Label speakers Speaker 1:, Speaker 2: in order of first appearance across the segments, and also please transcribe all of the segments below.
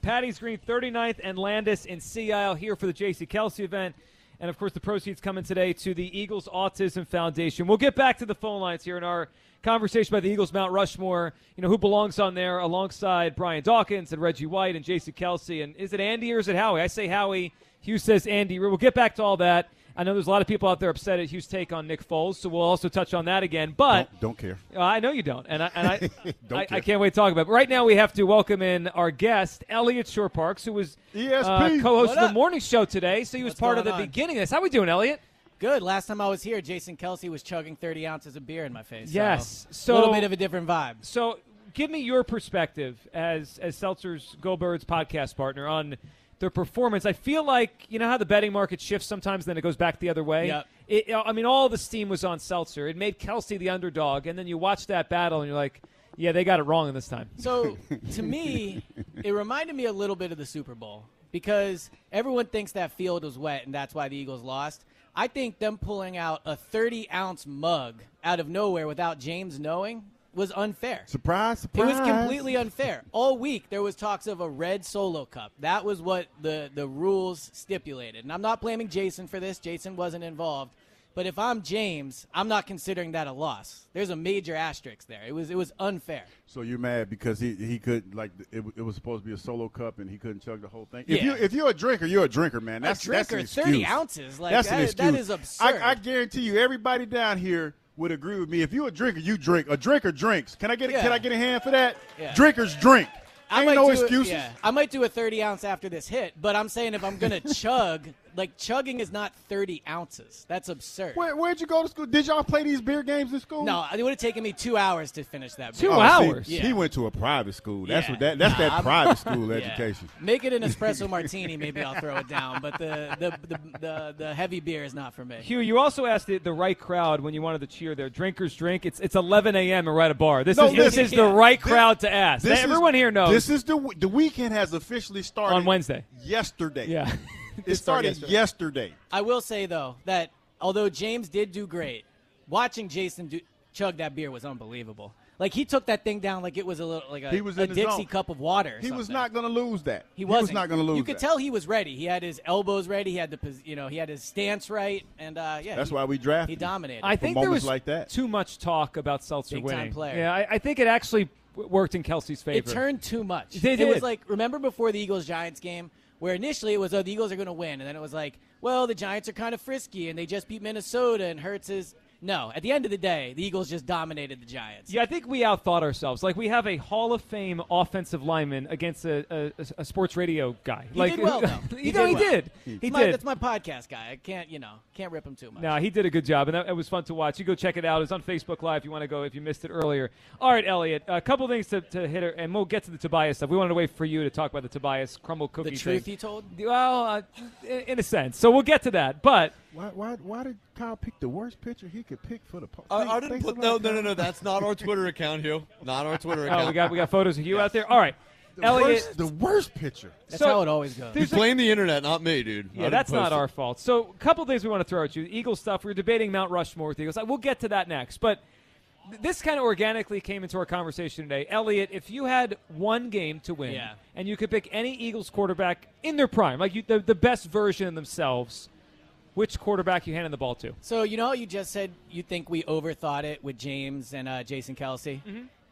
Speaker 1: Patty's Green 39th and Landis in Sea Isle here for the J.C. Kelsey event. And of course, the proceeds coming today to the Eagles Autism Foundation. We'll get back to the phone lines here in our conversation about the Eagles Mount Rushmore. You know who belongs on there alongside Brian Dawkins and Reggie White and J.C. Kelsey. And is it Andy or is it Howie? I say Howie. Hughes says Andy. We'll get back to all that. I know there's a lot of people out there upset at Hughes' take on Nick Foles, so we'll also touch on that again. But
Speaker 2: Don't, don't care.
Speaker 1: uh, I know you don't, and I and I,
Speaker 2: Don't
Speaker 1: I, I
Speaker 2: care.
Speaker 1: can't wait to talk about. it. But right now, we have to welcome in our guest, Elliot Shore Parks, who was uh,
Speaker 2: ESP.
Speaker 1: co-host
Speaker 3: What
Speaker 1: of the
Speaker 3: up?
Speaker 1: morning show today. So he was
Speaker 3: What's
Speaker 1: part of the
Speaker 3: going on?
Speaker 1: beginning of this. How we doing, Elliot?
Speaker 3: Good. Last time I was here, Jason Kelsey was chugging 30 ounces of beer in my face.
Speaker 1: Yes.
Speaker 3: a
Speaker 1: So-
Speaker 3: little bit of a different vibe.
Speaker 1: So give me your perspective as as Seltzer's Go Birds podcast partner on their performance. I feel like you know how the betting market shifts sometimes, then it goes back the other way.
Speaker 3: Yep.
Speaker 1: It, I mean, all the steam was on Seltzer. It made Kelsey the underdog, and then you watch that battle, and you're like, yeah, they got it wrong in this time.
Speaker 3: So to me, it reminded me a little bit of the Super Bowl because everyone thinks that field was wet and that's why the Eagles lost. I think them pulling out a 30 ounce mug out of nowhere without James knowing was unfair.
Speaker 2: Surprise,
Speaker 3: It
Speaker 2: surprise.
Speaker 3: was completely unfair. All week there was talks of a red solo cup. That was what the the rules stipulated. And I'm not blaming Jason for this. Jason wasn't involved. But if I'm James, I'm not considering that a loss. There's a major asterisk there. It was it was unfair.
Speaker 2: So you're mad because he he could like it, it was supposed to be a solo cup and he couldn't chug the whole thing. If
Speaker 3: Yeah.
Speaker 2: you if you're a drinker, you're a drinker, man. That's that's an
Speaker 3: drinker,
Speaker 2: excuse.
Speaker 3: 30 ounces, like,
Speaker 2: that's an
Speaker 3: that-
Speaker 2: excuse.
Speaker 3: that is absurd.
Speaker 2: I, I guarantee you, everybody down here would agree with me. If you're a drinker, you drink. A drinker drinks. Can I get a,
Speaker 3: Yeah.
Speaker 2: can I get a hand for that?
Speaker 3: Yeah.
Speaker 2: Drinkers drink.
Speaker 3: I
Speaker 2: Ain't
Speaker 3: might
Speaker 2: no
Speaker 3: do a-
Speaker 2: excuses.
Speaker 3: yeah. I might do a 30 ounce after this hit, but I'm saying if I'm gonna chug, like chugging is not 30 ounces. That's absurd.
Speaker 2: Where, where'd you go to school? Did y'all play these beer games in school?
Speaker 3: No, it would have taken me two hours to finish that.
Speaker 1: Two
Speaker 3: beer.
Speaker 2: Oh,
Speaker 1: hours.
Speaker 2: See,
Speaker 3: Yeah.
Speaker 2: He went to a private school. That's
Speaker 3: Yeah.
Speaker 2: what that that's that
Speaker 3: Nah, I'm-
Speaker 2: private school
Speaker 3: Yeah.
Speaker 2: education.
Speaker 3: Make it an espresso martini, maybe I'll throw it down. But the the, the, the, the heavy beer is not for me.
Speaker 1: Hugh, you also asked the, the right crowd when you wanted to cheer there. Drinkers drink. It's it's 11 a.m. and we're at a bar. This
Speaker 2: No,
Speaker 1: is this
Speaker 2: listen,
Speaker 1: is the
Speaker 3: yeah.
Speaker 1: right
Speaker 2: Thi-
Speaker 1: crowd to ask.
Speaker 2: This is-
Speaker 1: Everyone here knows
Speaker 2: This is the w- the weekend has officially started
Speaker 1: on Wednesday.
Speaker 2: Yesterday.
Speaker 1: Yeah,
Speaker 2: It started yesterday.
Speaker 3: I will say though that although James did do great, watching Jason do, chug that beer was unbelievable. Like he took that thing down like it was a little like a,
Speaker 2: He was
Speaker 3: a
Speaker 2: in the
Speaker 3: Dixie
Speaker 2: zone.
Speaker 3: cup of water. or
Speaker 2: He was
Speaker 3: something.
Speaker 2: not going to lose that.
Speaker 3: He wasn't.
Speaker 2: not going to lose
Speaker 3: You could
Speaker 2: that.
Speaker 3: tell he was ready. He had his elbows ready. He had the pos- you know he had his stance right, and uh, yeah,
Speaker 2: That's
Speaker 3: he-
Speaker 2: why we drafted
Speaker 3: He
Speaker 2: him.
Speaker 3: dominated.
Speaker 1: I think there
Speaker 2: moments
Speaker 1: was
Speaker 2: like that.
Speaker 1: too much talk about Seltzer
Speaker 3: Big-time
Speaker 1: winning.
Speaker 3: player.
Speaker 1: Yeah, I, I think it actually w- worked in Kelsey's favor.
Speaker 3: It turned too much.
Speaker 1: They
Speaker 3: It
Speaker 1: did.
Speaker 3: was like remember before the Eagles Giants game where initially it was oh the Eagles are going to win and then it was like well the Giants are kind of frisky and they just beat Minnesota and Hurts is no at the end of the day the Eagles just dominated the Giants.
Speaker 1: Yeah, I think we outthought ourselves. Like we have a Hall of Fame offensive lineman against a, a, a- a sports radio guy.
Speaker 3: He
Speaker 1: like
Speaker 3: did well though.
Speaker 1: you know, he did. He
Speaker 3: It's
Speaker 1: did.
Speaker 3: my, That's my podcast guy. I can't you know can't rip him too much.
Speaker 1: No, he did a good job, and that, it was fun to watch. You go check it out. It's on Facebook Live if you want to go, if you missed it earlier. All right, Elliot, a couple things to, to hit, and we'll get to the Tobias stuff. We wanted to wait for you to talk about the Tobias crumble cookie
Speaker 3: the truth
Speaker 1: thing.
Speaker 3: you told.
Speaker 1: well, uh, in, in a sense. So we'll get to that. But
Speaker 2: Why, why, why did Kyle pick the worst pitcher he could pick for the post?
Speaker 4: I, I didn't put no, no, no, no. That's not our Twitter account, Hugh. Not our Twitter account.
Speaker 1: oh, we got we got photos of you out there. All right, Elliot.
Speaker 2: the worst pitcher.
Speaker 3: That's
Speaker 1: so-
Speaker 3: how it always goes.
Speaker 1: there's a-
Speaker 4: Blame the internet, not me, dude. I
Speaker 1: Yeah,
Speaker 4: didn't
Speaker 1: that's not
Speaker 4: post it.
Speaker 1: our fault. So, a couple things we want to throw at you. The Eagles stuff. We were debating Mount Rushmore with the Eagles. We'll get to that next. But th- this kind of organically came into our conversation today. Elliot, if you had one game to win
Speaker 3: Yeah.
Speaker 1: and you could pick any Eagles quarterback in their prime, like you, the, the best version of themselves, which quarterback you handing the ball to?
Speaker 3: So you know, how you just said you think we overthought it with James and uh, Jason Kelsey.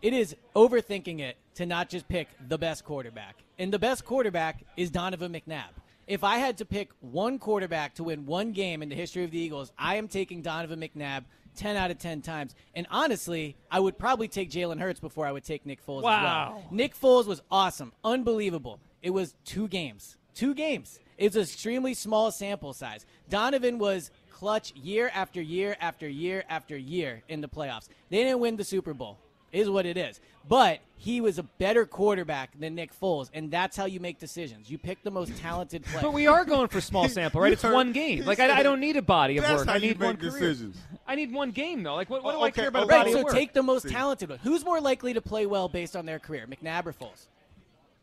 Speaker 3: It is overthinking it to not just pick the best quarterback, and the best quarterback is Donovan McNabb. If I had to pick one quarterback to win one game in the history of the Eagles, I am taking Donovan McNabb ten out of ten times. And honestly, I would probably take Jalen Hurts before I would take Nick Foles. As
Speaker 1: Wow.
Speaker 3: well. Nick Foles was awesome, unbelievable. It was two games, two games. It's an extremely small sample size. Donovan was clutch year after year after year after year in the playoffs. They didn't win the Super Bowl, is what it is. But he was a better quarterback than Nick Foles, and that's how you make decisions. You pick the most talented player.
Speaker 1: But we are going for small sample, right?
Speaker 2: You
Speaker 1: It's
Speaker 2: heard-
Speaker 1: one game.
Speaker 2: he
Speaker 1: Like I, I
Speaker 2: said-
Speaker 1: don't need a body of
Speaker 2: That's
Speaker 1: work.
Speaker 2: how
Speaker 1: I
Speaker 2: you
Speaker 1: need one
Speaker 2: make
Speaker 1: career.
Speaker 2: decisions.
Speaker 1: I need one game though. Like what, what do
Speaker 2: Oh,
Speaker 1: I
Speaker 2: okay,
Speaker 1: care about a
Speaker 2: okay.
Speaker 3: right,
Speaker 1: body
Speaker 3: so
Speaker 1: of work?
Speaker 3: take the most talented one. Who's more likely to play well based on their career, McNabb or Foles?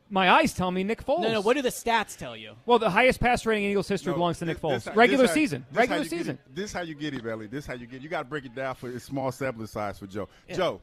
Speaker 1: My eyes tell me Nick Foles.
Speaker 3: No, no. What do the stats tell you?
Speaker 1: Well, the highest pass rating in Eagles history belongs to Nick Foles. Regular season. Regular season.
Speaker 2: This how you get it, Ellie. This how you get it. You got to break it down for it's small sample size for Joe. Joe,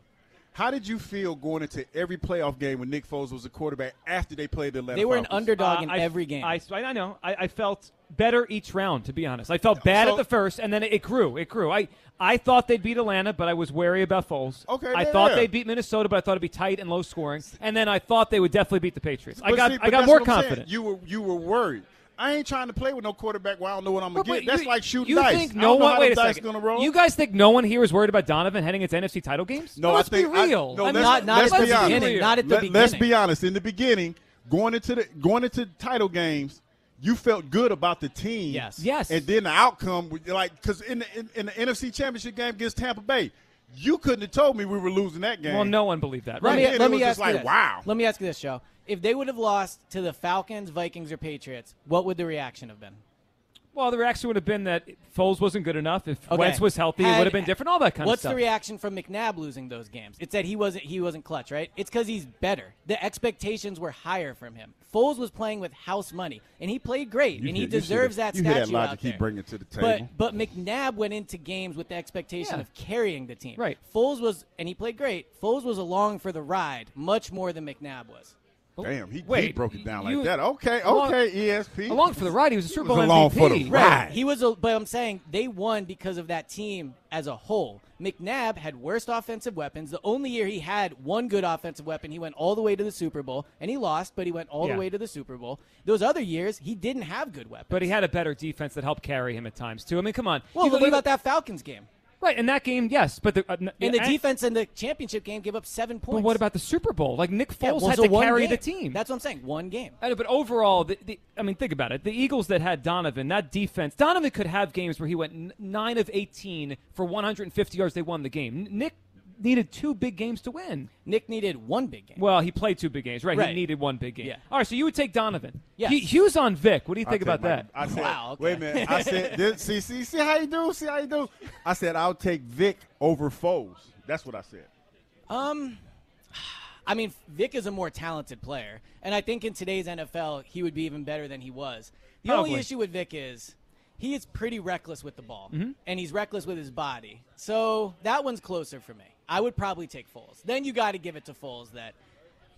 Speaker 2: How did you feel going into every playoff game when Nick Foles was the quarterback after they played the Atlanta
Speaker 3: They were an
Speaker 2: Falcons?
Speaker 3: underdog in
Speaker 1: Uh, I-
Speaker 3: every game.
Speaker 1: I, I know. I, I felt better each round, to be honest. I felt bad at
Speaker 2: So-
Speaker 1: the first, and then it, it grew. It grew. I, I thought they'd beat Atlanta, but I was wary about Foles.
Speaker 2: Okay,
Speaker 1: I
Speaker 2: yeah,
Speaker 1: thought
Speaker 2: yeah.
Speaker 1: they'd beat Minnesota, but I thought it'd be tight and low scoring. And then I thought they would definitely beat the Patriots. I
Speaker 2: But
Speaker 1: got
Speaker 2: see, but
Speaker 1: I got
Speaker 2: that's
Speaker 1: more
Speaker 2: what I'm saying.
Speaker 1: confident.
Speaker 2: You were you were worried. I ain't trying to play with no quarterback where I don't know what I'm gonna
Speaker 1: But- but
Speaker 2: get. That's
Speaker 1: you-
Speaker 2: like shooting
Speaker 1: you
Speaker 2: dice.
Speaker 1: Think
Speaker 2: I
Speaker 1: no
Speaker 2: don't know
Speaker 1: one,
Speaker 2: how
Speaker 1: wait
Speaker 2: the
Speaker 1: a
Speaker 2: dice
Speaker 1: second.
Speaker 2: gonna roll.
Speaker 1: You guys think no one here is worried about Donovan heading into NFC title games?
Speaker 2: No,
Speaker 1: let's
Speaker 2: I think
Speaker 1: be real.
Speaker 2: I, no,
Speaker 1: I mean,
Speaker 2: let's,
Speaker 3: not- not
Speaker 2: let's
Speaker 3: at
Speaker 2: be
Speaker 3: the
Speaker 2: honest.
Speaker 3: beginning, not at the
Speaker 2: Let- Let's
Speaker 3: beginning.
Speaker 2: be honest. In the beginning, going into the going into title games, you felt good about the team.
Speaker 3: Yes.
Speaker 1: Yes.
Speaker 2: And then the outcome, was like, because in the in, in the NFC Championship game against Tampa Bay, you couldn't have told me we were losing that game.
Speaker 1: well, no one believed that.
Speaker 3: Let
Speaker 1: Right?
Speaker 2: Right.
Speaker 3: me,
Speaker 2: then it
Speaker 3: let me
Speaker 2: was just
Speaker 3: ask
Speaker 2: like,
Speaker 3: you this.
Speaker 2: wow.
Speaker 3: Let me ask you this, show. If they would have lost to the Falcons, Vikings, or Patriots, what would the reaction have been?
Speaker 1: Well, the reaction would have been that Foles wasn't good enough. If
Speaker 3: Okay.
Speaker 1: Wentz was healthy, it
Speaker 3: Had-
Speaker 1: would have been different. All that kind
Speaker 3: What's
Speaker 1: of stuff.
Speaker 3: the reaction from McNabb losing those games? It's that he wasn't he wasn't clutch, right? It's because he's better. The expectations were higher from him. Foles was playing with house money, and he played great,
Speaker 2: You
Speaker 3: and
Speaker 2: hear-
Speaker 3: he
Speaker 2: you see
Speaker 3: deserves
Speaker 2: that-
Speaker 3: that
Speaker 2: you hear
Speaker 3: statue
Speaker 2: that logic
Speaker 3: out
Speaker 2: he
Speaker 3: there.
Speaker 2: bringing to the table.
Speaker 3: But but McNabb went into games with the expectation
Speaker 1: Yeah.
Speaker 3: of carrying the team.
Speaker 1: Right.
Speaker 3: Foles was, and he played great. Foles was along for the ride, much more than McNabb was.
Speaker 2: Damn, he, he
Speaker 1: Wait,
Speaker 2: broke it down
Speaker 1: you-
Speaker 2: like that. Okay,
Speaker 1: along-
Speaker 2: okay, E ESP.
Speaker 1: Along for the ride, he was a Super
Speaker 2: was
Speaker 1: Bowl
Speaker 2: along
Speaker 1: MVP.
Speaker 2: for the ride. Right.
Speaker 3: He was, a, but I'm saying they won because of that team as a whole. McNabb had worst offensive weapons. The only year he had one good offensive weapon, he went all the way to the Super Bowl, and he lost, but he went all
Speaker 1: Yeah.
Speaker 3: the way to the Super Bowl. Those other years, he didn't have good weapons.
Speaker 1: But he had a better defense that helped carry him at times too. I mean, come on.
Speaker 3: well,
Speaker 1: You
Speaker 3: but
Speaker 1: look-
Speaker 3: what about that Falcons game?
Speaker 1: Right, in that game, yes, but the uh, n-
Speaker 3: And the
Speaker 1: I-
Speaker 3: defense in the championship game gave up seven
Speaker 1: But
Speaker 3: points.
Speaker 1: what about the Super Bowl? Like Nick Foles
Speaker 3: Yeah, well,
Speaker 1: had
Speaker 3: so
Speaker 1: to
Speaker 3: one
Speaker 1: carry
Speaker 3: game.
Speaker 1: the team.
Speaker 3: That's what I'm saying. One game.
Speaker 1: I know, but overall, the, the, I mean, think about it. The Eagles that had Donovan, that defense, Donovan could have games where he went n- 9 of 18 for 150 yards. They won the game. N- Nick needed two big games to win.
Speaker 3: Nick needed one big game.
Speaker 1: Well, he played two big games, right? He
Speaker 3: Right.
Speaker 1: needed one big game.
Speaker 3: Yeah.
Speaker 1: All right, so you would take Donovan.
Speaker 3: Yes.
Speaker 1: Hu- Hughes on Vic. What do you
Speaker 2: I
Speaker 1: think
Speaker 2: take
Speaker 1: about
Speaker 2: Michael-
Speaker 1: that?
Speaker 2: I said,
Speaker 3: Wow, okay.
Speaker 2: wait a minute. I said, this, see, see, see how you do. See how you do. I said, I'll take Vic over Foles. That's what I said.
Speaker 3: Um, I mean, Vic is a more talented player, and I think in today's NFL, he would be even better than he was. The
Speaker 1: Probably.
Speaker 3: only issue with Vic is he is pretty reckless with the ball, and he's reckless with his body. So that one's closer for me. I would probably take Foles. Then you got to give it to Foles that,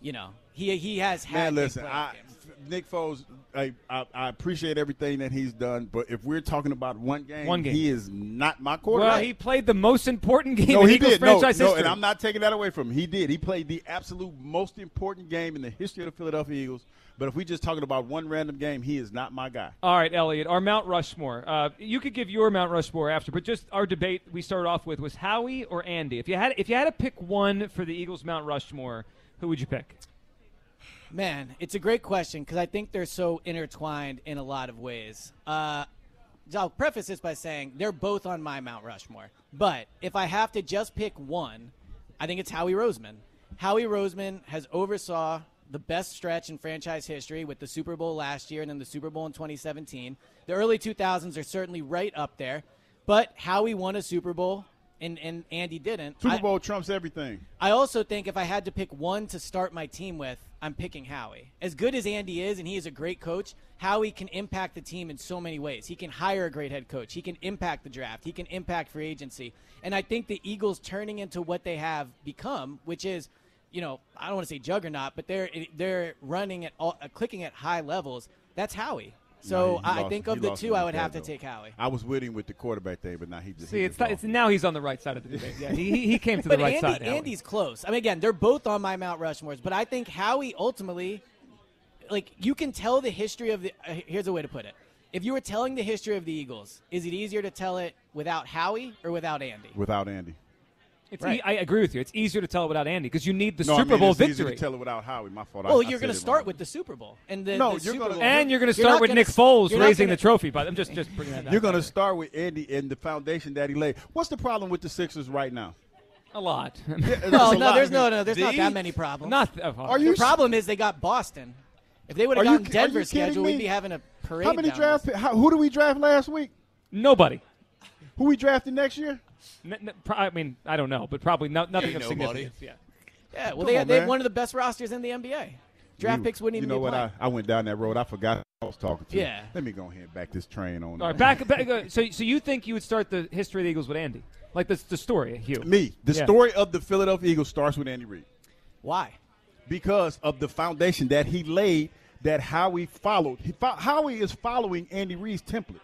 Speaker 3: you know, he he has had.
Speaker 2: Man,
Speaker 3: big
Speaker 2: listen,
Speaker 3: playoff
Speaker 2: I,
Speaker 3: games.
Speaker 2: Nick Foles, I, I, I appreciate everything that he's done, but if we're talking about one game,
Speaker 1: One game.
Speaker 2: he is not my quarterback.
Speaker 1: well, he played the most important game
Speaker 2: no,
Speaker 1: in
Speaker 2: he
Speaker 1: Eagles
Speaker 2: did. No,
Speaker 1: franchise
Speaker 2: no,
Speaker 1: history.
Speaker 2: and I'm not taking that away from him. He did. He played the absolute most important game in the history of the Philadelphia Eagles. But if we're just talking about one random game, he is not my guy.
Speaker 1: All right, Elliot, our Mount Rushmore. Uh, you could give your Mount Rushmore after, but just our debate we started off with was Howie or Andy. If you had if you had to pick one for the Eagles Mount Rushmore, who would you pick?
Speaker 3: Man, it's a great question because I think they're so intertwined in a lot of ways. Uh, I'll preface this by saying they're both on my Mount Rushmore. But if I have to just pick one, I think it's Howie Roseman. Howie Roseman has oversaw the best stretch in franchise history with the Super Bowl last year and then the Super Bowl in 2017. The early 2000s are certainly right up there, but Howie won a Super Bowl and, and Andy didn't.
Speaker 2: Super
Speaker 3: I-
Speaker 2: Bowl trumps everything.
Speaker 3: I also think if I had to pick one to start my team with, I'm picking Howie. As good as Andy is, and he is a great coach, Howie can impact the team in so many ways. He can hire a great head coach. He can impact the draft. He can impact free agency. And I think the Eagles turning into what they have become, which is, you know, I don't want to say juggernaut, but they're they're running at all, uh, clicking at high levels. That's Howie. So
Speaker 2: No, he- he
Speaker 3: I
Speaker 2: lost-
Speaker 3: think
Speaker 2: he
Speaker 3: of the
Speaker 2: lost
Speaker 3: two, I
Speaker 2: me
Speaker 3: would
Speaker 2: there,
Speaker 3: have to
Speaker 2: though.
Speaker 3: take Howie.
Speaker 2: I was with him with the quarterback thing, but now he just.
Speaker 1: See,
Speaker 2: he
Speaker 1: it's,
Speaker 2: just
Speaker 1: not,
Speaker 2: lost
Speaker 1: it's
Speaker 2: me.
Speaker 1: now he's on the right side of the debate. Yeah, he, he- he came to the
Speaker 3: but
Speaker 1: right
Speaker 3: Andy,
Speaker 1: side. Howie.
Speaker 3: Andy's close. I mean, again, they're both on my Mount Rushmores, but I think Howie ultimately, like, you can tell the history of the. Uh, here's a way to put it: If you were telling the history of the Eagles, is it easier to tell it without Howie or without Andy?
Speaker 2: without Andy.
Speaker 1: It's
Speaker 3: Right.
Speaker 1: e- I agree with you. It's easier to tell without Andy because you need the
Speaker 2: No, I
Speaker 1: Super
Speaker 2: mean,
Speaker 1: Bowl
Speaker 2: it's easier
Speaker 1: victory.
Speaker 2: to tell it without Howie. My fault. I-
Speaker 3: Well,
Speaker 2: I
Speaker 3: you're
Speaker 2: said
Speaker 3: going
Speaker 2: it
Speaker 3: to start
Speaker 2: wrong.
Speaker 3: with the Super Bowl and the,
Speaker 2: No,
Speaker 3: the
Speaker 2: you're
Speaker 3: Super
Speaker 2: gonna-
Speaker 3: Bowl.
Speaker 1: and you're going to
Speaker 3: not
Speaker 1: start with
Speaker 3: gonna-
Speaker 1: Nick Foles
Speaker 3: you're not
Speaker 1: raising
Speaker 3: gonna-
Speaker 1: the trophy. But I'm just just bringing that back.
Speaker 2: You're going to start with Andy and the foundation that he laid. What's the problem with the Sixers right now?
Speaker 1: a lot.
Speaker 3: No,
Speaker 2: There's a
Speaker 3: no,
Speaker 2: lot
Speaker 3: there's
Speaker 2: of-
Speaker 3: no, no, there's not
Speaker 4: The-
Speaker 3: that many problems.
Speaker 1: Not. oh,
Speaker 2: Are
Speaker 3: the
Speaker 2: you-
Speaker 3: problem is they got Boston. If they would
Speaker 2: Are
Speaker 3: have
Speaker 2: you
Speaker 3: gotten
Speaker 2: ki- are you
Speaker 3: Denver's
Speaker 2: kidding
Speaker 3: schedule,
Speaker 2: me?
Speaker 3: we'd be having a parade.
Speaker 2: How many
Speaker 3: down
Speaker 2: draft?
Speaker 3: this-
Speaker 2: How, who do we draft last week?
Speaker 1: nobody?
Speaker 2: Who we drafted next year?
Speaker 1: N- n- pro- I mean, I don't know, but probably no- nothing
Speaker 4: Ain't
Speaker 1: of
Speaker 4: nobody.
Speaker 1: significance. Yeah.
Speaker 3: Yeah, well,
Speaker 2: Come
Speaker 3: they,
Speaker 2: on,
Speaker 3: they have
Speaker 2: man.
Speaker 3: one of the best rosters in the NBA. Draft
Speaker 2: You-
Speaker 3: picks wouldn't even
Speaker 2: You know
Speaker 3: be
Speaker 2: what?
Speaker 3: applied.
Speaker 2: I, I went down that road. I forgot who I was talking to.
Speaker 3: Yeah.
Speaker 2: Let me go ahead and back this train on.
Speaker 1: All right, back, back uh, so so you think you would start the history of the Eagles with Andy? Like that's the story, Hugh.
Speaker 2: Me. The
Speaker 1: Yeah.
Speaker 2: story of the Philadelphia Eagles starts with Andy Reid
Speaker 3: Why?
Speaker 2: because of the foundation that he laid. That Howie followed. He fo- Howie is following Andy Reid's template.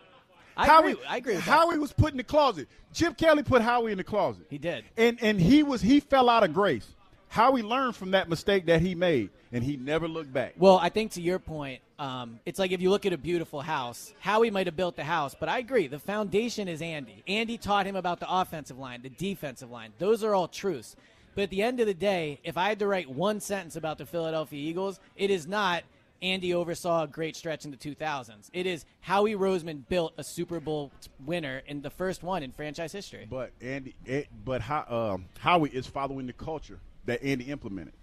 Speaker 3: I
Speaker 2: Howie,
Speaker 3: agree. I agree. With that.
Speaker 2: Howie was put in the closet. Chip Kelly put Howie in the closet.
Speaker 3: He did.
Speaker 2: and and he was he fell out of grace. Howie learned from that mistake that he made, and he never looked back.
Speaker 3: Well, I think to your point, um, it's like if you look at a beautiful house, Howie might have built the house, but I agree. The foundation is Andy. Andy taught him about the offensive line, the defensive line. Those are all truths. But at the end of the day, if I had to write one sentence about the Philadelphia Eagles, it is not Andy oversaw a great stretch in the 2000s. It is Howie Roseman built a Super Bowl winner and the first one in franchise history.
Speaker 2: But Andy, it, but how, um, Howie is following the culture that Andy implemented.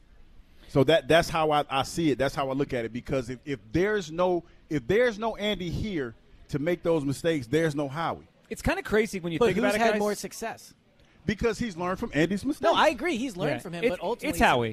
Speaker 2: So that that's how I, I see it. That's how I look at it. Because if, if there's no if there's no Andy here to make those mistakes, there's no Howie
Speaker 1: It's kind of crazy when you
Speaker 3: But
Speaker 1: think
Speaker 3: who's
Speaker 1: about it,
Speaker 3: had
Speaker 1: guys.
Speaker 3: more success?
Speaker 2: because he's learned from Andy's mistakes.
Speaker 3: No, I agree. He's learned
Speaker 1: Yeah.
Speaker 3: from him,
Speaker 1: It's-
Speaker 3: but ultimately,
Speaker 1: it's Howie.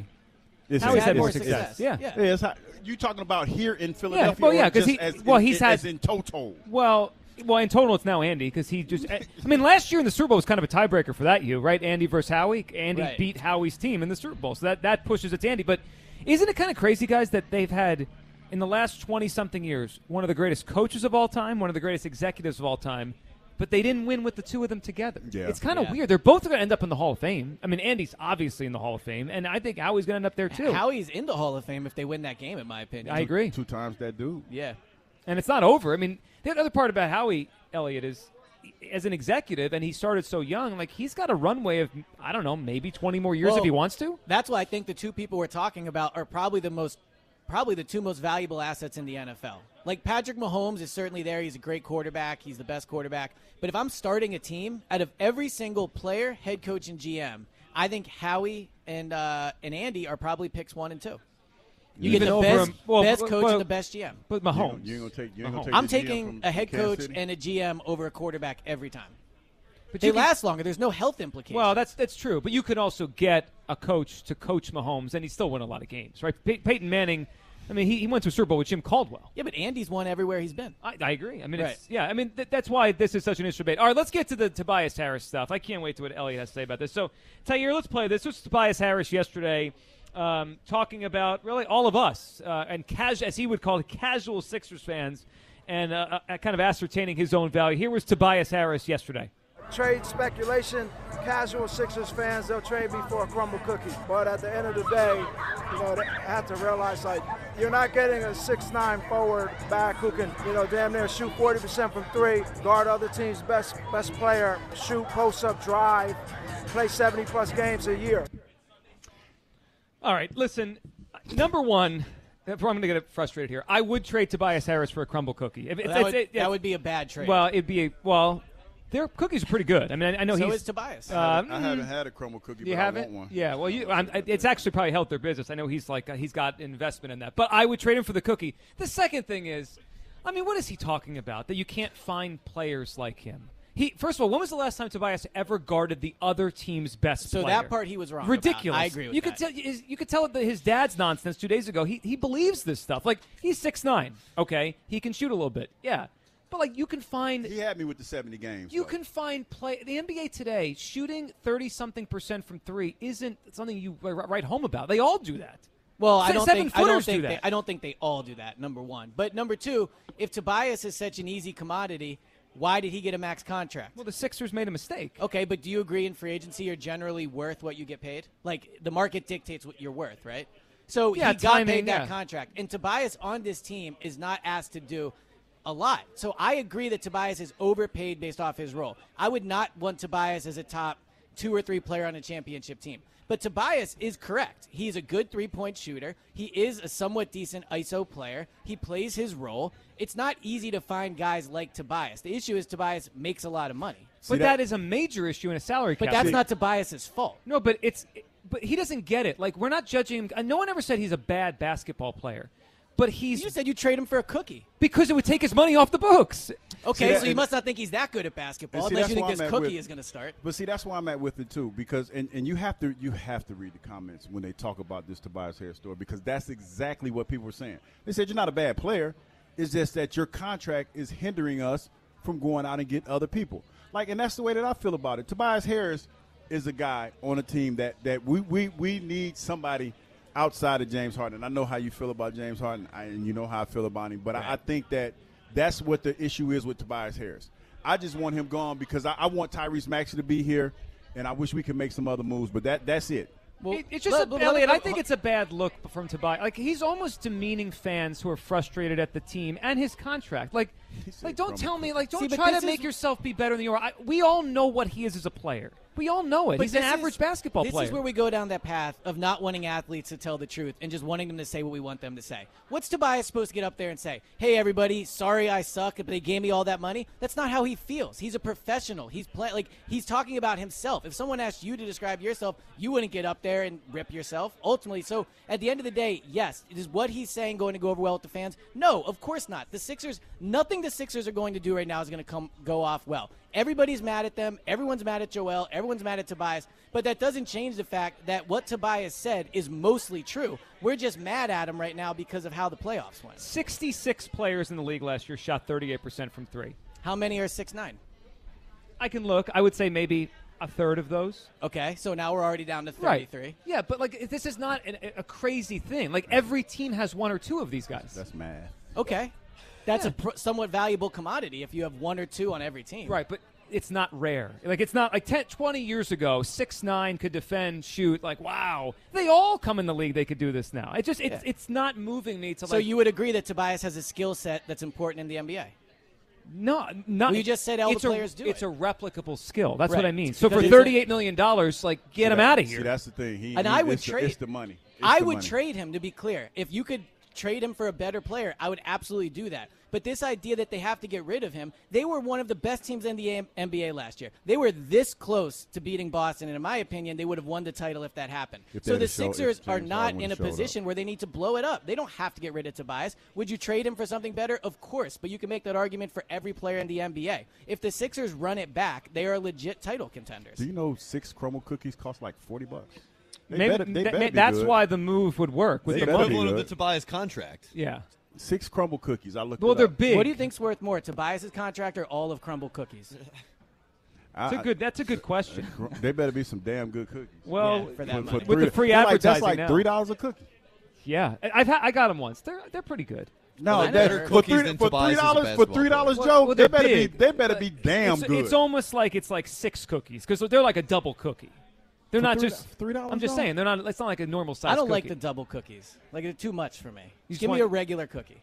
Speaker 2: It's-
Speaker 1: Howie's
Speaker 3: Howie's
Speaker 1: had
Speaker 3: had
Speaker 2: it's-
Speaker 3: more
Speaker 2: it's-
Speaker 3: success.
Speaker 1: Yeah.
Speaker 2: Yeah, it's how, you talking about here in Philadelphia?
Speaker 1: well,
Speaker 2: or
Speaker 1: yeah, 'cause
Speaker 2: just
Speaker 1: he-
Speaker 2: as
Speaker 1: well,
Speaker 2: in,
Speaker 1: he's
Speaker 2: as
Speaker 1: had-
Speaker 2: in total.
Speaker 1: Well, well, in total, it's now Andy because he just. eh, I mean, last year in the Super Bowl was kind of a tiebreaker for that. You right, Andy versus Howie. Andy
Speaker 3: Right.
Speaker 1: beat Howie's team in the Super Bowl, so that that pushes it to Andy. But isn't it kind of crazy, guys, that they've had in the last twenty something years one of the greatest coaches of all time, one of the greatest executives of all time. But they didn't win with the two of them together.
Speaker 2: Yeah.
Speaker 1: It's kind of
Speaker 3: Yeah.
Speaker 1: weird. They're both going to end up in the Hall of Fame. I mean, Andy's obviously in the Hall of Fame, and I think Howie's going to end up there too.
Speaker 3: Howie's in the Hall of Fame if they win that game, in my opinion.
Speaker 1: I agree.
Speaker 2: Two times that dude.
Speaker 3: Yeah.
Speaker 1: and it's not over. I mean, the other part about Howie Elliott is, as an executive, and he started so young, like he's got a runway of I don't know, maybe twenty more years if
Speaker 3: Well,
Speaker 1: he wants to.
Speaker 3: That's why I think the two people we're talking about are probably the most, probably the two most valuable assets in the NFL. Like Patrick Mahomes is certainly there. He's a great quarterback. He's the best quarterback. But if I'm starting a team, out of every single player, head coach, and GM, I think Howie and uh, and Andy are probably picks one and two. You
Speaker 1: Even
Speaker 3: get the
Speaker 1: over
Speaker 3: best,
Speaker 1: him- well,
Speaker 3: best
Speaker 1: well,
Speaker 3: coach
Speaker 1: well-
Speaker 3: and the best GM.
Speaker 1: But Mahomes,
Speaker 2: You ain't gonna- You ain't gonna take. You ain't
Speaker 1: Mahomes.
Speaker 2: gonna take
Speaker 3: I'm
Speaker 2: the GM
Speaker 3: taking
Speaker 2: uh, from
Speaker 3: a head
Speaker 2: Kansas
Speaker 3: coach
Speaker 2: City.
Speaker 3: and a GM over a quarterback every time.
Speaker 1: but
Speaker 3: They
Speaker 1: you can-
Speaker 3: last longer. There's no health implications.
Speaker 1: well, that's that's true. But you could also get a coach to coach Mahomes, and he still win a lot of games, right? Pey- Peyton Manning, I mean, he, he went to a Super Bowl with Jim Caldwell.
Speaker 3: yeah, but Andy's won everywhere he's been.
Speaker 1: I, I agree. I mean, it's,
Speaker 3: Right.
Speaker 1: yeah. I mean, th- that's why this is such an interesting debate. All right, let's get to the Tobias Harris stuff. I can't wait to what Elliot has to say about this. So, Tyre, let's play this. This was Tobias Harris yesterday, um, talking about really all of us uh, and casu- as he would call it, casual Sixers fans, and uh, uh, kind of ascertaining his own value. Here was Tobias Harris yesterday.
Speaker 5: Trade speculation, casual Sixers fans, they'll trade me for a crumble cookie. But at the end of the day, you know, they have to realize like you're not getting a 6'9 forward back who can, you know, damn near shoot 40% from three, guard other team's best best player, shoot post up drive, play 70 plus games a year.
Speaker 1: All right, listen. Number one, I'm going to get frustrated here. I would trade Tobias Harris for a crumble cookie. If it's-
Speaker 3: That
Speaker 1: it's-
Speaker 3: would,
Speaker 1: it-
Speaker 3: that would be a bad trade.
Speaker 1: well, it'd be a, well. Their cookies are pretty good. I mean, I, I know
Speaker 3: so
Speaker 1: he's
Speaker 3: is Tobias.
Speaker 1: um,
Speaker 2: I haven't had a crumble cookie.
Speaker 1: You
Speaker 2: but
Speaker 1: haven't?
Speaker 2: I want one.
Speaker 1: Yeah. Well, you, I'm, I- it's actually probably helped their business. I know he's like uh, he's got investment in that, but I would trade him for the cookie. The second thing is, I mean, what is he talking about? That you can't find players like him. He first of all, when was the last time Tobias ever guarded the other team's best
Speaker 3: So
Speaker 1: player?
Speaker 3: that part he was wrong about.
Speaker 1: Ridiculous.
Speaker 3: I agree with
Speaker 1: you
Speaker 3: that.
Speaker 1: Could tell, his, you could tell that his dad's nonsense two days ago. He, he believes this stuff. Like he's six nine. Okay, he can shoot a little bit. Yeah, but like you can find
Speaker 2: He had me with the 70 games.
Speaker 1: you
Speaker 2: though.
Speaker 1: can find play the NBA today shooting thirty something percent from three isn't something you ri- write home about. They all do that.
Speaker 3: Well, I
Speaker 1: Se-
Speaker 3: don't
Speaker 1: seven
Speaker 3: think I don't
Speaker 1: footers do
Speaker 3: think
Speaker 1: that.
Speaker 3: They, I don't think they all do that. Number one, but number two, if Tobias is such an easy commodity, why did he get a max contract?
Speaker 1: Well, the Sixers made a mistake.
Speaker 3: okay, but do you agree in free agency you're generally worth what you get paid? Like the market dictates what you're worth, right? So
Speaker 1: Yeah,
Speaker 3: he got
Speaker 1: timing,
Speaker 3: paid that
Speaker 1: yeah.
Speaker 3: contract, and Tobias on this team is not asked to do a lot. So I agree that Tobias is overpaid based off his role. I would not want Tobias as a top two or three player on a championship team. But Tobias is correct. He's a good three point shooter. He is a somewhat decent ISO player. He plays his role. It's not easy to find guys like Tobias. The issue is Tobias makes a lot of money.
Speaker 1: but
Speaker 2: that-
Speaker 1: that is a major issue in a salary
Speaker 3: But
Speaker 1: cap.
Speaker 3: that's
Speaker 1: league.
Speaker 3: not Tobias's fault.
Speaker 1: No, but it's but he doesn't get it. Like we're not judging him. No one ever said he's a bad basketball player. but he's
Speaker 3: You said you trade him for a cookie.
Speaker 1: because it would take his money off the books.
Speaker 3: Okay,
Speaker 2: See,
Speaker 3: so
Speaker 2: that-
Speaker 3: you must not think he's that good at basketball
Speaker 2: And see,
Speaker 3: unless
Speaker 2: that's
Speaker 3: you think
Speaker 2: where I'm
Speaker 3: this
Speaker 2: at
Speaker 3: cookie
Speaker 2: with-
Speaker 3: is going to start.
Speaker 2: But see, that's why I'm at with it too, because and, and you have to you have to read the comments when they talk about this Tobias Harris story because that's exactly what people were saying. They said you're not a bad player, it's just that your contract is hindering us from going out and get other people. Like, and that's the way that I feel about it. Tobias Harris is a guy on a team that that we we, we need somebody outside of James Harden. I know how you feel about James Harden, I, and you know how I feel about him, but I, I think that that's what the issue is with Tobias Harris. I just want him gone because I, I want Tyrese Maxey to be here, and I wish we could make some other moves. But that that's it.
Speaker 3: Well,
Speaker 1: It- it's just,
Speaker 3: let-
Speaker 1: a,
Speaker 3: let-
Speaker 1: Elliot,
Speaker 3: let-
Speaker 1: I think it's a bad look from Tobias. Like he's almost demeaning fans who are frustrated at the team and his contract. Like,
Speaker 2: said
Speaker 1: like don't
Speaker 2: from-
Speaker 1: tell me, like don't
Speaker 3: See, but
Speaker 1: try to
Speaker 3: this is-
Speaker 1: make yourself be better than you are. I, we all know what he is as a player. We all know it. he's an
Speaker 3: this
Speaker 1: average
Speaker 3: is-
Speaker 1: basketball
Speaker 3: this
Speaker 1: player.
Speaker 3: is where we go down that path of not wanting athletes to tell the truth and just wanting them to say what we want them to say. What's Tobias supposed to get up there and say? Hey, everybody, sorry I suck, but they gave me all that money. That's not how he feels. He's a professional. He's play- like he's talking about himself. If someone asked you to describe yourself, you wouldn't get up there and rip yourself ultimately. So at the end of the day, yes, is what he's saying going to go over well with the fans? No, of course not. The Sixers, nothing the Sixers are going to do right now is going to come go off well. Everybody's mad at them. Everyone's mad at Joel. Everyone's mad at Tobias. But that doesn't change the fact that what Tobias said is mostly true. We're just mad at him right now because of how the playoffs went.
Speaker 1: 66 players in the league last year shot 38% from three.
Speaker 3: How many are six nine?
Speaker 1: I can look. I would say maybe a third of those.
Speaker 3: Okay, so now we're already down to thirty-three.
Speaker 1: Yeah, but like this is not an, a crazy thing. Like every team has one or two of these guys.
Speaker 2: That's mad.
Speaker 3: Okay, that's a pr- somewhat valuable commodity if you have one or two on every team.
Speaker 1: Right, but it's not rare. Like it's not like 10, 20 years ago, six nine could defend, shoot. Like wow, they all come in the league. They could do this now. It just it's
Speaker 3: Yeah.
Speaker 1: it's not moving me to
Speaker 3: So
Speaker 1: like
Speaker 3: you would agree that Tobias has a skill set that's important in the NBA.
Speaker 1: no not.
Speaker 3: Well, you just said all the
Speaker 1: it's a-
Speaker 3: players do
Speaker 1: It's
Speaker 3: it.
Speaker 1: a replicable skill. That's what
Speaker 3: Right.
Speaker 1: I mean. So for
Speaker 3: Because it's a-
Speaker 1: thirty eight million dollars, like get him out of here.
Speaker 2: See, that's the thing. He,
Speaker 3: And
Speaker 2: he-
Speaker 3: I would
Speaker 2: it's the-
Speaker 3: trade.
Speaker 2: it's the money. It's
Speaker 3: I
Speaker 2: the
Speaker 3: would
Speaker 2: money.
Speaker 3: trade him to be clear. If you could trade him for a better player, I would absolutely do that. But this idea that they have to get rid of him, they were one of the best teams in the A- NBA last year. They were this close to beating Boston, and in my opinion, they would have won the title if that happened.
Speaker 2: If they
Speaker 3: so the
Speaker 2: would've showed- if
Speaker 3: Sixers are
Speaker 2: James
Speaker 3: not
Speaker 2: Harden
Speaker 3: in a
Speaker 2: would've showed up.
Speaker 3: position where they need to blow it up. They don't have to get rid of Tobias. Would you trade him for something better? Of course, but you can make that argument for every player in the NBA. If the Sixers run it back, they are legit title contenders.
Speaker 2: Do you know six crumble cookies cost like forty bucks? They
Speaker 1: Maybe-
Speaker 2: better- they
Speaker 1: that-
Speaker 2: better be
Speaker 1: that's
Speaker 2: good.
Speaker 1: why the move would work with
Speaker 2: They
Speaker 4: The
Speaker 1: the
Speaker 2: better be
Speaker 1: money.
Speaker 4: equivalent of the
Speaker 2: good.
Speaker 4: Tobias contract.
Speaker 1: Yeah.
Speaker 2: six crumble cookies. I looked.
Speaker 1: Well,
Speaker 2: it
Speaker 1: they're
Speaker 2: up.
Speaker 1: big.
Speaker 3: What do you think's worth more, Tobias's contract or all of Crumble Cookies?
Speaker 2: I-
Speaker 1: That's a good. That's a good
Speaker 2: I-
Speaker 1: question.
Speaker 2: gr- they better be some damn good cookies.
Speaker 1: Well,
Speaker 3: Yeah, for that money.
Speaker 1: With the free
Speaker 2: they're
Speaker 1: advertising
Speaker 2: like,
Speaker 1: now.
Speaker 2: that's like three dollars a cookie.
Speaker 1: yeah, I- I've ha- I got them once. They're they're pretty good.
Speaker 2: No,
Speaker 3: Well,
Speaker 2: that-
Speaker 3: better
Speaker 2: for
Speaker 4: cookies
Speaker 2: three
Speaker 4: than
Speaker 2: for
Speaker 4: Tobias
Speaker 2: three
Speaker 4: is a
Speaker 2: dollars for
Speaker 4: basketball
Speaker 2: three dollars,
Speaker 1: Well,
Speaker 2: Joe.
Speaker 1: well,
Speaker 2: they
Speaker 1: they're
Speaker 2: better be
Speaker 1: big.
Speaker 2: they better
Speaker 1: Like,
Speaker 2: be damn
Speaker 1: it's,
Speaker 2: good.
Speaker 1: It's almost like it's like six cookies because they're like a double cookie. They're not
Speaker 2: three-
Speaker 1: just
Speaker 2: for three dollars
Speaker 1: I'm just
Speaker 2: though?
Speaker 1: saying they're not. It's not like a normal size.
Speaker 3: I don't like
Speaker 1: cookie.
Speaker 3: the double cookies. Like they're too much for me.
Speaker 1: You just
Speaker 3: Give
Speaker 1: want-
Speaker 3: me a regular cookie.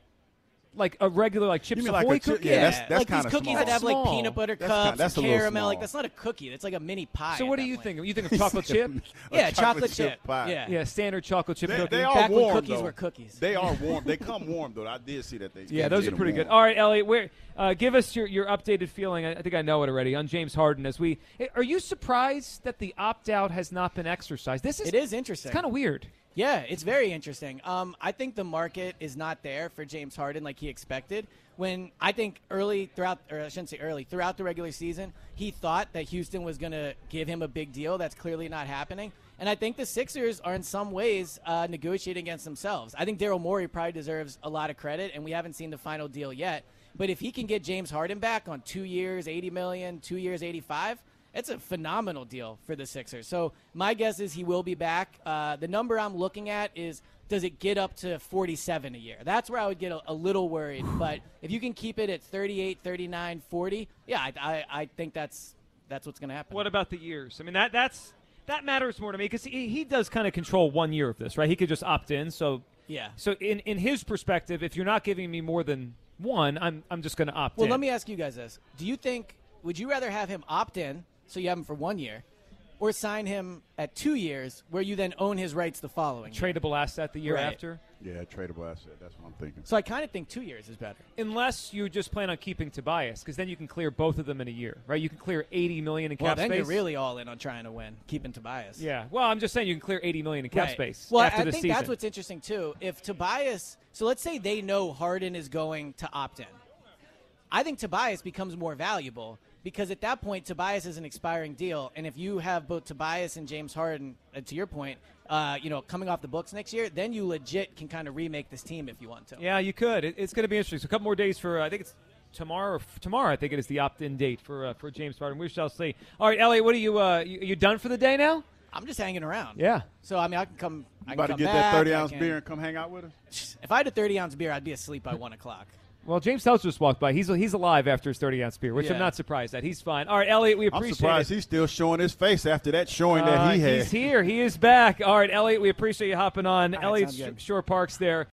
Speaker 1: like a regular like chips
Speaker 2: mean
Speaker 1: ahoy
Speaker 2: like a chi-
Speaker 1: cookie.
Speaker 2: yeah, that's-
Speaker 3: like these
Speaker 2: kinda
Speaker 3: cookies
Speaker 2: small.
Speaker 3: that have like
Speaker 1: Small.
Speaker 3: peanut butter
Speaker 2: That's
Speaker 3: cups,
Speaker 2: kinda- that's a little
Speaker 3: caramel. Like
Speaker 2: small.
Speaker 3: that's not a cookie. That's like a mini pie.
Speaker 1: So
Speaker 3: at
Speaker 1: what do
Speaker 3: that
Speaker 1: you
Speaker 3: point.
Speaker 1: think? You think of chocolate chip?
Speaker 2: A
Speaker 3: Yeah, chocolate chip.
Speaker 2: pie.
Speaker 3: Yeah.
Speaker 1: Yeah, standard chocolate chip
Speaker 2: They,
Speaker 1: cookie.
Speaker 2: they are
Speaker 3: Back when
Speaker 2: warm
Speaker 3: cookies
Speaker 2: though.
Speaker 3: were cookies.
Speaker 2: They are warm. they come warm though. I did see that they.
Speaker 1: yeah,
Speaker 2: they
Speaker 1: those
Speaker 2: get
Speaker 1: are
Speaker 2: 'em
Speaker 1: pretty good.
Speaker 2: warm.
Speaker 1: All right, Elliot, where uh, give us your, your updated feeling. I, I think I know it already on James Harden. As we Hey, are you surprised that the opt out has not been exercised? This is
Speaker 3: It is interesting.
Speaker 1: It's kind of weird.
Speaker 3: Yeah, it's very interesting. Um, I think the market is not there for James Harden like he expected. When I think early throughout, or I shouldn't say early, throughout the regular season, he thought that Houston was going to give him a big deal. That's clearly not happening. And I think the Sixers are in some ways uh, negotiating against themselves. I think Daryl Morey probably deserves a lot of credit, and we haven't seen the final deal yet. But if he can get James Harden back on two years, eighty million, two years, eighty-five, it's a phenomenal deal for the Sixers. So my guess is he will be back. Uh, the number I'm looking at is does it get up to 47 a year? That's where I would get a, a little worried. But if you can keep it at 38, 39, 40, yeah, I, I, I think that's that's what's going to happen.
Speaker 1: What about the years? I mean, that that's that matters more to me because he, he does kind of control one year of this, right? He could just opt in. So
Speaker 3: Yeah.
Speaker 1: So in in his perspective, if you're not giving me more than one, I'm I'm just going to opt
Speaker 3: Well,
Speaker 1: in.
Speaker 3: let me ask you guys this: Do you think would you rather have him opt in, so you have him for one year, or sign him at two years, where you then own his rights the following. year.
Speaker 1: Tradable asset the year
Speaker 3: Right.
Speaker 1: after,
Speaker 2: Yeah, tradable asset. That's what I'm thinking.
Speaker 3: So I kind of think two years is better.
Speaker 1: unless you just plan on keeping Tobias, because then you can clear both of them in a year, right? You can clear 80 million in cap
Speaker 3: Well, then
Speaker 1: space.
Speaker 3: you're really all in on trying to win, keeping Tobias.
Speaker 1: yeah. Well, I'm just saying you can clear 80 million in cap
Speaker 3: Right.
Speaker 1: space
Speaker 3: Well,
Speaker 1: after
Speaker 3: I
Speaker 1: the
Speaker 3: think
Speaker 1: season.
Speaker 3: that's what's interesting too. If Tobias, so let's say they know Harden is going to opt in, I think Tobias becomes more valuable because at that point Tobias is an expiring deal, and if you have both Tobias and James Harden, uh, to your point, uh, you know, coming off the books next year, then you legit can kind of remake this team if you want to.
Speaker 1: Yeah, you could. It, it's going to be interesting. So a couple more days for uh, I think it's tomorrow. Tomorrow, I think it is the opt-in date for uh, for James Harden. We shall see. All right, Elliot, what are you? Uh, you, you done for the day now?
Speaker 3: I'm just hanging around.
Speaker 1: Yeah.
Speaker 3: So I mean, I can come. I can
Speaker 2: About to
Speaker 3: come
Speaker 2: get
Speaker 3: back,
Speaker 2: that 30
Speaker 3: I
Speaker 2: ounce
Speaker 3: can-
Speaker 2: beer and come hang out with us.
Speaker 3: If I had a 30 ounce beer, I'd be asleep by one o'clock.
Speaker 1: Well, James Seltzer just walked by. He's he's alive after his 30 ounce beer, which I'm
Speaker 3: Yeah.
Speaker 1: not surprised at. He's fine. All right, Elliot, we
Speaker 2: I'm
Speaker 1: appreciate
Speaker 2: surprised
Speaker 1: it.
Speaker 2: he's still showing his face after that showing
Speaker 1: Uh,
Speaker 2: that he had.
Speaker 1: he's here. He is back. All right, Elliot, we appreciate you hopping on.
Speaker 3: right,
Speaker 1: Elliot
Speaker 3: sounds good.
Speaker 1: Shore Parks there.